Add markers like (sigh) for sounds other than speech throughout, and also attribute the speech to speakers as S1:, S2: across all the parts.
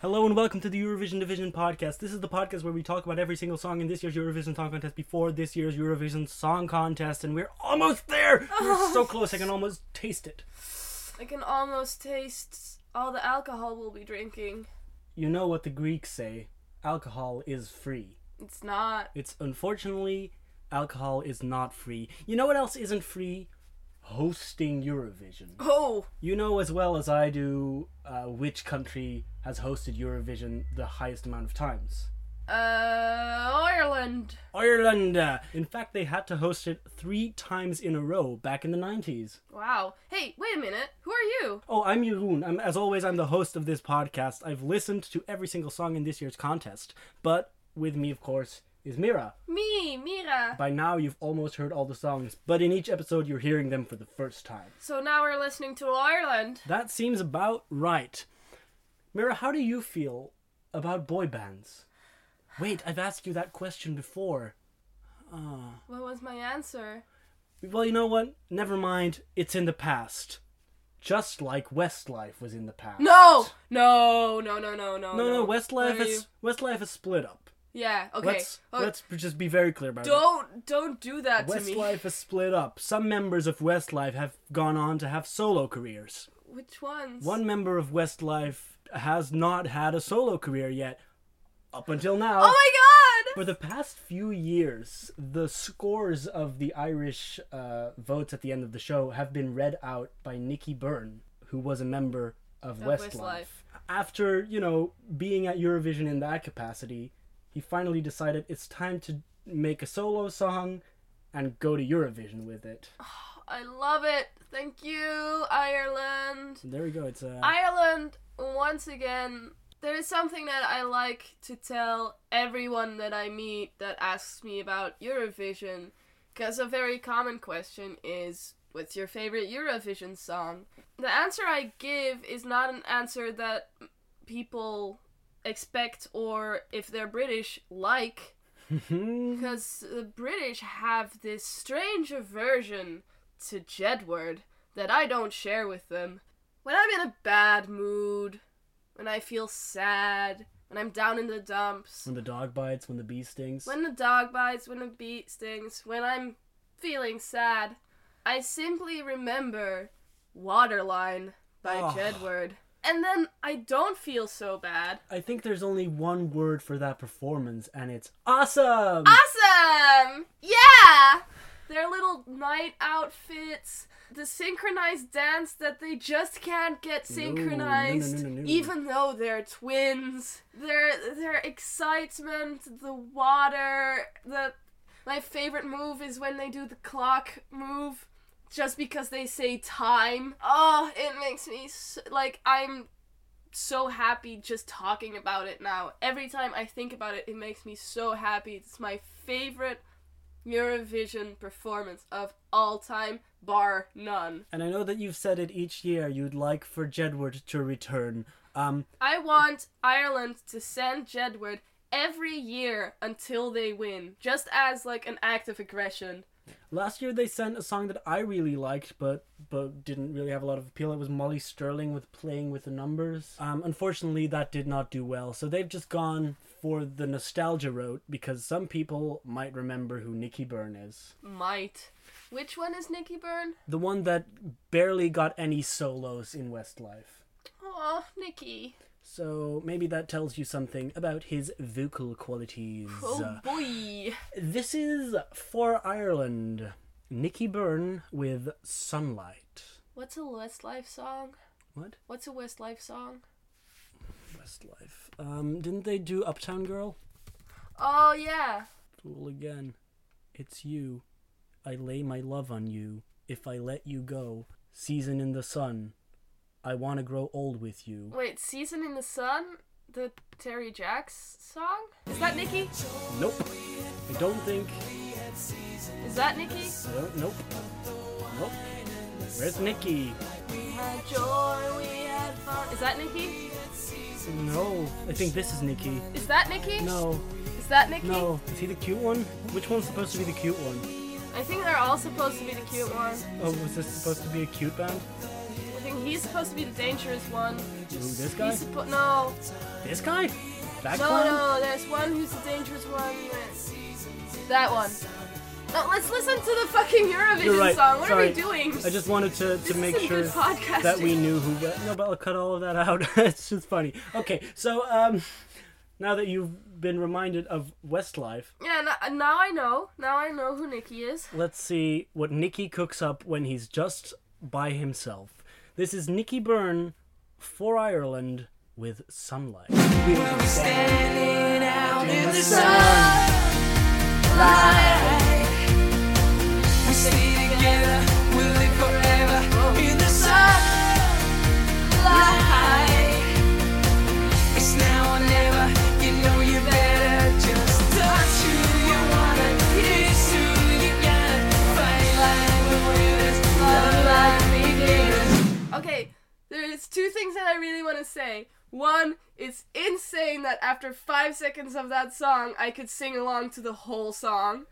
S1: Hello and welcome to the Eurovision Division podcast. This is the podcast where we talk about every single song in this year's Eurovision Song Contest before this year's Eurovision Song Contest, and we're almost there! We're so close, I can almost taste it.
S2: I can almost taste all the alcohol we'll be drinking.
S1: You know what the Greeks say alcohol is free.
S2: It's not.
S1: It's unfortunately, alcohol is not free. You know what else isn't free? Hosting Eurovision.
S2: Oh,
S1: You know as well as I do uh, which country has hosted Eurovision the highest amount of times.
S2: uh, Ireland.
S1: Ireland! uh, In fact, they had to host it three times in a row back in the 90s.
S2: Wow. Hey, wait a minute. Who are you?
S1: Oh, I'm Jeroen. I'm, as always, I'm the host of this podcast. I've listened to every single song in this year's contest. But with me, of course, is Mira.
S2: Me, Mira.
S1: By now, you've almost heard all the songs, but in each episode, you're hearing them for the first time.
S2: So now we're listening to Ireland.
S1: That seems about right. Mira, how do you feel about boy bands? Wait, I've asked you that question before. Ah.
S2: What was my answer?
S1: Well, you know what? Never mind. It's in the past. Just like Westlife was in the past.
S2: No! No, no, no, no, Oh, no.
S1: No, no, Westlife
S2: Where are
S1: is Westlife is split up.
S2: you? Yeah, okay.
S1: Let's
S2: Oh,
S1: let's just be very clear about it.
S2: don't don't do that to me.
S1: Westlife is split up. Some members of Westlife have gone on to have solo careers.
S2: Which ones?
S1: One member of Westlife has not had a solo career yet up until now.
S2: Oh my god!
S1: For the past few years, the scores of the Irish uh, votes at the end of the show have been read out by Nikki Byrne, who was a member of Westlife.
S2: Westlife.
S1: After, you know, being at Eurovision in that capacity, he finally decided it's time to make a solo song and go to Eurovision with it.
S2: Ah. I love it. Thank you, Ireland.
S1: There we go. It's uh, (laughs)
S2: Ireland, once again, there is something that I like to tell everyone that I meet that asks me about Eurovision, because a very common question is, What's your favorite Eurovision song? The answer I give is not an answer that people expect or, if they're British, like. Because the British have this strange aversion to Jedward that I don't share with them. When I'm in a bad mood, when I feel sad, when I'm down in the dumps,
S1: when the dog bites, when the bee stings.
S2: when the dog bites, when the bee stings, when I'm feeling sad, I simply remember Waterline by
S1: Oh.
S2: Jedward. And then I don't feel so bad.
S1: I think there's only one word for that performance, and it's awesome.
S2: Awesome! Yeah! Their little night outfits, the synchronized dance that they just can't get synchronized,
S1: no, no, no.
S2: even though they're twins. Their their excitement, the water, the my favorite move is when they do the clock move just because they say time. Oh, it makes me s like I'm so happy just talking about it now. Every time I think about it, it makes me so happy. It's my favorite Eurovision performance of all time, bar none.
S1: And I know that you've said it each year you'd like for Jedward to return. Um,
S2: I want Ireland to send Jedward every year until they win, just as like an act of aggression.
S1: last year they sent a song that I really liked, but but didn't really have a lot of appeal. It was Molly Sterling with "Playing with the Numbers." Um, unfortunately, that did not do well. So they've just gone for the nostalgia route because some people might remember who Nikki Byrne is,
S2: Might. Which one is Nikki Byrne?
S1: the one that barely got any solos in Westlife.
S2: Oh, Nikki.
S1: So maybe that tells you something about his vocal qualities. Uh,
S2: Oh boy.
S1: This is for Ireland. Nikki Byrne with Sunlight.
S2: What's a Westlife song?
S1: What?
S2: What's a Westlife song?
S1: Westlife. Um, didn't they do Uptown Girl?
S2: Oh yeah.
S1: Fool again. It's you. I lay my love on you. If I let you go, season in the sun. I want to grow old with you.
S2: Wait, Season in the Sun? The Terry Jacks song? Is that Nikki?
S1: Nope. I don't think.
S2: Is that Nikki?
S1: no- Nope. Nope. Where's Nikki?
S2: Had joy, we had fun. Is that Nikki?
S1: No. I think this is Nikki.
S2: Is that Nikki?
S1: No.
S2: Is that Nikki?
S1: No. Is he the cute one? Which one's supposed to be the cute one?
S2: I think they're all supposed to be the cute one.
S1: Oh, was this supposed to be a cute band?
S2: I think he's supposed to be the dangerous one.
S1: Who, this guy?
S2: He's suppo- no,
S1: This guy? That
S2: no,
S1: clown?
S2: no. There's one who's the dangerous one. that- That one. No, let's listen to the fucking Eurovision
S1: You're right.
S2: song. What
S1: Sorry.
S2: are we doing?
S1: I just wanted to, to
S2: This
S1: make
S2: isn't
S1: sure
S2: good podcasting.
S1: that we knew who. No, but I'll cut all of that out. (laughs) it's just funny. Okay, so um, now that you've been reminded of Westlife,
S2: Yeah, n- now I know. Now I know who Nikki is.
S1: let's see what Nicky cooks up when he's just by himself. This is Nicky Byrne for Ireland with Sunlight.
S3: Standing out in the
S1: Sun.
S3: sunlight. We stay together, we'll live forever in the sunlight. It's now or never, you know you better just touch who you wanna, kiss who you gotta, fight like the winners, love like beginners.
S2: Okay, there's two things that I really want to say. One, it's insane that after five seconds of that song, I could sing along to the whole song.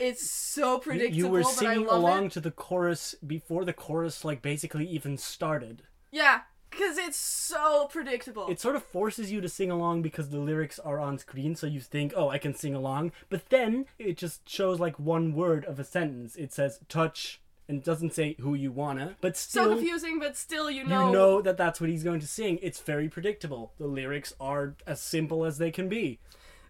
S2: It's so
S1: You,
S2: predictable,
S1: you were
S2: but I
S1: singing
S2: love
S1: along
S2: it.
S1: to the chorus before the chorus, like basically even started.
S2: Yeah, because it's so predictable.
S1: it sort of forces you to sing along because the lyrics are on screen so you think oh i can sing along but then it just shows like one word of a sentence it says touch and it doesn't say who you wanna but
S2: so
S1: still you
S2: confusing, but still, you know.
S1: know that that's what he's going to sing it's very predictable the lyrics are as simple as they can be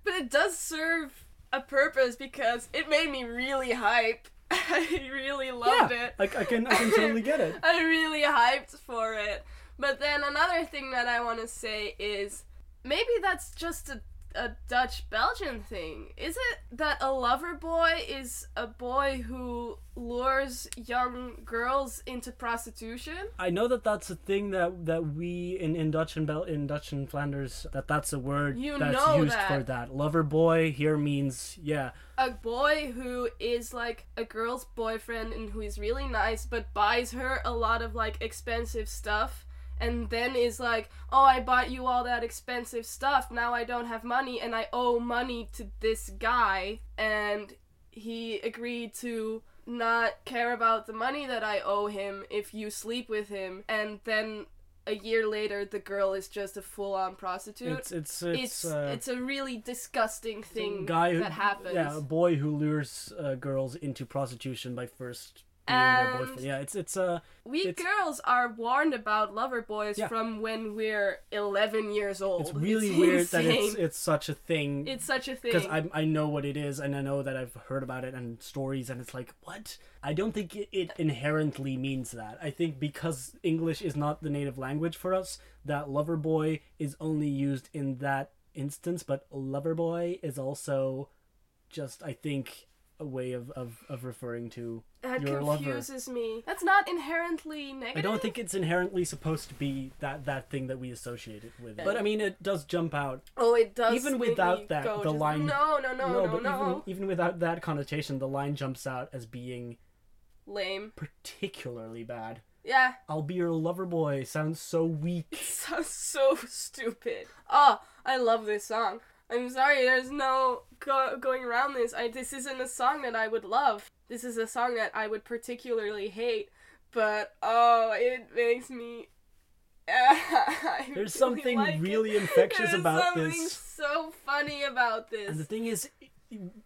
S2: But it does serve a purpose because it made me really hype. (laughs) I really loved
S1: yeah
S2: it.
S1: I, I can i can totally get it
S2: (laughs) I'm really hyped for it. But then another thing that I want to say is maybe that's just a, a Dutch Belgian thing. Is it that a lover boy is a boy who lures young girls into prostitution?
S1: I know that that's a thing that that we in in Dutch and Bel- in Dutch and Flanders that that's a word
S2: You
S1: that's
S2: know
S1: used
S2: that.
S1: for that. Lover boy here means yeah,
S2: A boy who is like a girl's boyfriend and who is really nice but buys her a lot of like expensive stuff. And then is like, oh, I bought you all that expensive stuff. Now I don't have money and I owe money to this guy. And he agreed to not care about the money that I owe him if you sleep with him. And then a year later, the girl is just a full on prostitute.
S1: it's
S2: It's
S1: it's
S2: it's,
S1: it's uh,
S2: a really disgusting thing
S1: guy who,
S2: that happens.
S1: Yeah, a boy who lures uh, girls into prostitution by first being their
S2: And-
S1: boyfriend. Yeah, it's it's uh
S2: We
S1: It's-
S2: girls are warned about lover boys
S1: Yeah.
S2: from when we're 11 years old.
S1: it's really weird that it's
S2: Oh, insane.
S1: it's such a thing.
S2: It's such a thing.
S1: because I I know what it is and I know that I've heard about it and stories and it's like what I don't think it, it inherently means that I think because English is not the native language for us that lover boy is only used in that instance but lover boy is also just I think a way of of, of referring to
S2: that
S1: your lover.
S2: confuses me. That's not inherently negative.
S1: I don't think it's inherently supposed to be that that thing that we associate it with. But I mean, it does jump out.
S2: Oh, it does.
S1: even
S2: make
S1: without
S2: me
S1: that,
S2: go
S1: the
S2: just,
S1: line-
S2: No, no, Oh, no, no, no.
S1: but even even without that connotation, the line jumps out as being
S2: Lame.
S1: particularly bad.
S2: Yeah,
S1: I'll be your lover boy sounds so weak.
S2: (laughs) sounds so stupid. Oh, I love this song. I'm sorry, there's no go- going around this. I this isn't a song that I would love. This is a song that I would particularly hate. But oh, it makes me. (laughs) I
S1: There's
S2: really
S1: something
S2: like it.
S1: really infectious
S2: There's
S1: about
S2: something
S1: this.
S2: So funny about
S1: And the
S2: this.
S1: thing is,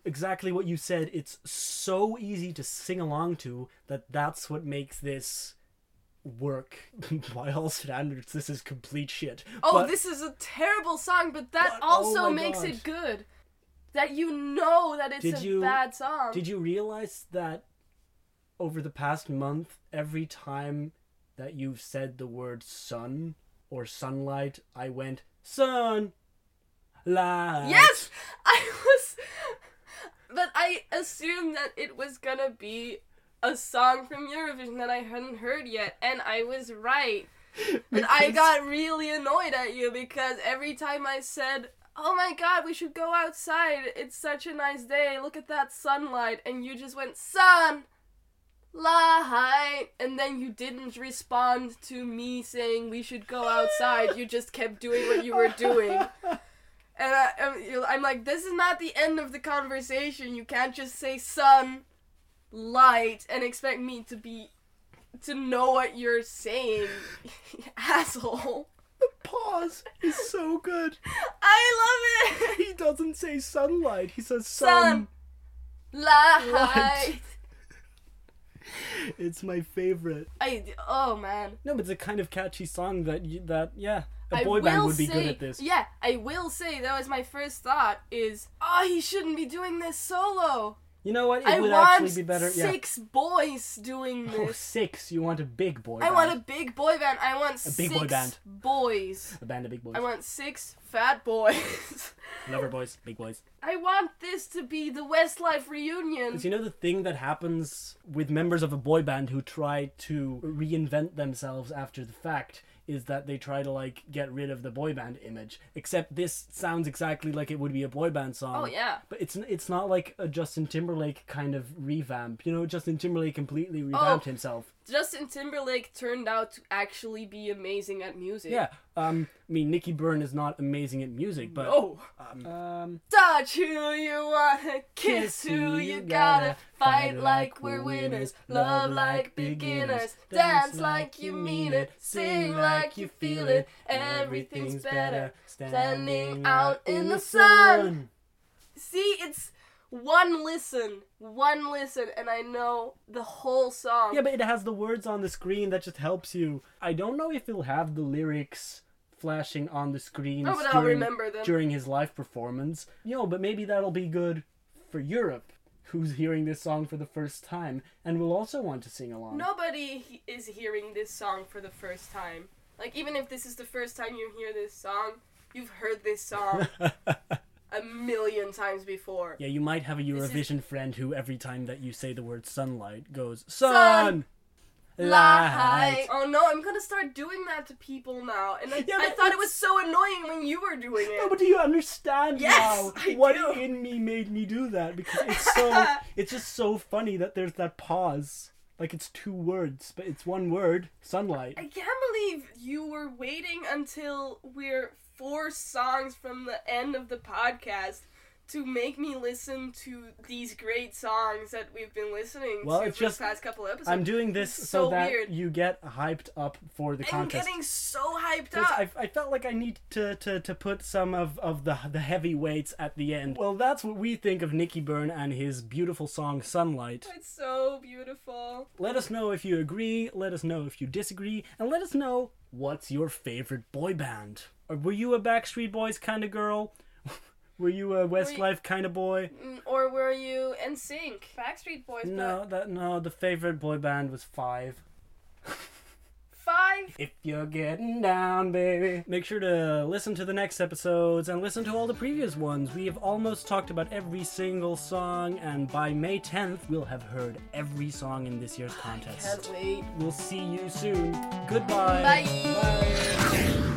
S1: exactly what you said. It's so easy to sing along to that. That's what makes this work (laughs) by all standards. This is complete shit.
S2: Oh,
S1: But-
S2: this is a terrible song, but that
S1: But- oh
S2: also
S1: my
S2: makes
S1: God.
S2: it good. That you know that it's
S1: Did
S2: a
S1: you-
S2: bad song.
S1: Did you realize that over the past month, every time that you've said the word sun or sunlight, I went sun light.
S2: Yes, I was, but I assumed that it was gonna be a song from Eurovision that I hadn't heard yet, and I was right. And I got really annoyed at you because every time I said, "Oh my God, we should go outside. It's such a nice day. Look at that sunlight," and you just went sun. Light, and then you didn't respond to me saying we should go outside. You just kept doing what you were
S1: (laughs)
S2: doing. And I, I'm, you know, I'm like, this is not the end of the conversation. You can't just say sun, light and expect me to be to know what you're saying, (laughs) asshole.
S1: The pause is so good.
S2: I love it. (laughs)
S1: He doesn't say sunlight. He says sun.
S2: Sun. Light.
S1: It's my favorite.
S2: I oh man.
S1: No, but it's a kind of catchy song that you, that yeah, a
S2: I
S1: boy band
S2: will
S1: would be
S2: say,
S1: good at this.
S2: Yeah, I will say that was my first thought is, oh, he shouldn't be doing this solo.
S1: You know what? It
S2: I
S1: would
S2: want
S1: actually be better.
S2: six boys doing
S1: yeah. Oh,
S2: this.
S1: six. You want a big boy?
S2: I
S1: band.
S2: want a big boy band. I want
S1: big
S2: six
S1: boy band.
S2: boys.
S1: a band of big boys.
S2: I want six fat boys. (laughs)
S1: Lover boys, big boys.
S2: I want this to be the Westlife reunion.
S1: Because you know the thing that happens with members of a boy band who try to reinvent themselves after the fact is that they try to like get rid of the boy band image. Except this sounds exactly like it would be a boy band song.
S2: Oh yeah.
S1: But it's it's not like a Justin Timberlake kind of revamp. You know, Justin Timberlake completely
S2: Oh.
S1: revamped himself.
S2: Justin Timberlake turned out to actually be amazing at music.
S1: Yeah. Um. I mean, Nicky Byrne is not amazing at music, but
S2: Oh.
S1: um, um,
S2: Touch who you wanna, kiss who you gotta, fight like we're winners, love like beginners, dance like you mean it, sing like you feel it, everything's better. standing out in the sun. See, it's one listen, one listen, and I know the whole song.
S1: Yeah, but it has the words on the screen that just helps you. I don't know if he'll have the lyrics flashing on the screen
S2: Oh, but I'll remember them.
S1: during his live performance. You know, but maybe that'll be good for Europe, who's hearing this song for the first time and will also want to sing along.
S2: Nobody he- is hearing this song for the first time. Like, even if this is the first time you hear this song, you've heard
S1: (laughs)
S2: this song a million times before.
S1: Yeah, you might have a
S2: is-
S1: Eurovision friend who every time that you say the word sunlight goes sun,
S2: Sun!
S1: light.
S2: Oh no, I'm gonna start doing that to people now. And I,
S1: Yeah,
S2: I
S1: but
S2: thought it
S1: it's-
S2: was so annoying when you were doing
S1: No,
S2: it.
S1: but do you understand
S2: Yes,
S1: now
S2: I
S1: what
S2: do.
S1: in me made me do that? Because it's
S2: (laughs)
S1: so it's just so funny that there's that pause. Like it's two words, but it's one word, sunlight.
S2: I can't believe you were waiting until we're four songs from the end of the podcast to make me listen to these great songs that we've been listening
S1: Well,
S2: to
S1: it's
S2: for
S1: just-
S2: the past couple episodes.
S1: I'm doing this
S2: It's
S1: so,
S2: so
S1: that
S2: weird.
S1: you get hyped up for the
S2: I'm
S1: contest.
S2: getting so hyped
S1: 'Cause
S2: up.
S1: I, I felt like I need to, to, to put some of, of the the heavy weights at the end. Well, that's what we think of Nicky Byrne and his beautiful song Sunlight.
S2: It's so beautiful.
S1: Let us know if you agree, let us know if you disagree, and let us know what's your favorite boy band. Or were you a Backstreet Boys kind of girl? (laughs) were you a Westlife kind of boy?
S2: Mm, Or were you in sync? Backstreet Boys,
S1: No,
S2: but
S1: that no, the favorite boy band was 5.
S2: five.
S1: If you're getting down, baby. Make sure to listen to the next episodes and listen to all the previous ones. We have almost talked about every single song, and by May 10th, we'll have heard every song in this year's contest.
S2: Can't wait.
S1: We'll see you soon. Goodbye.
S2: Bye.
S1: Bye.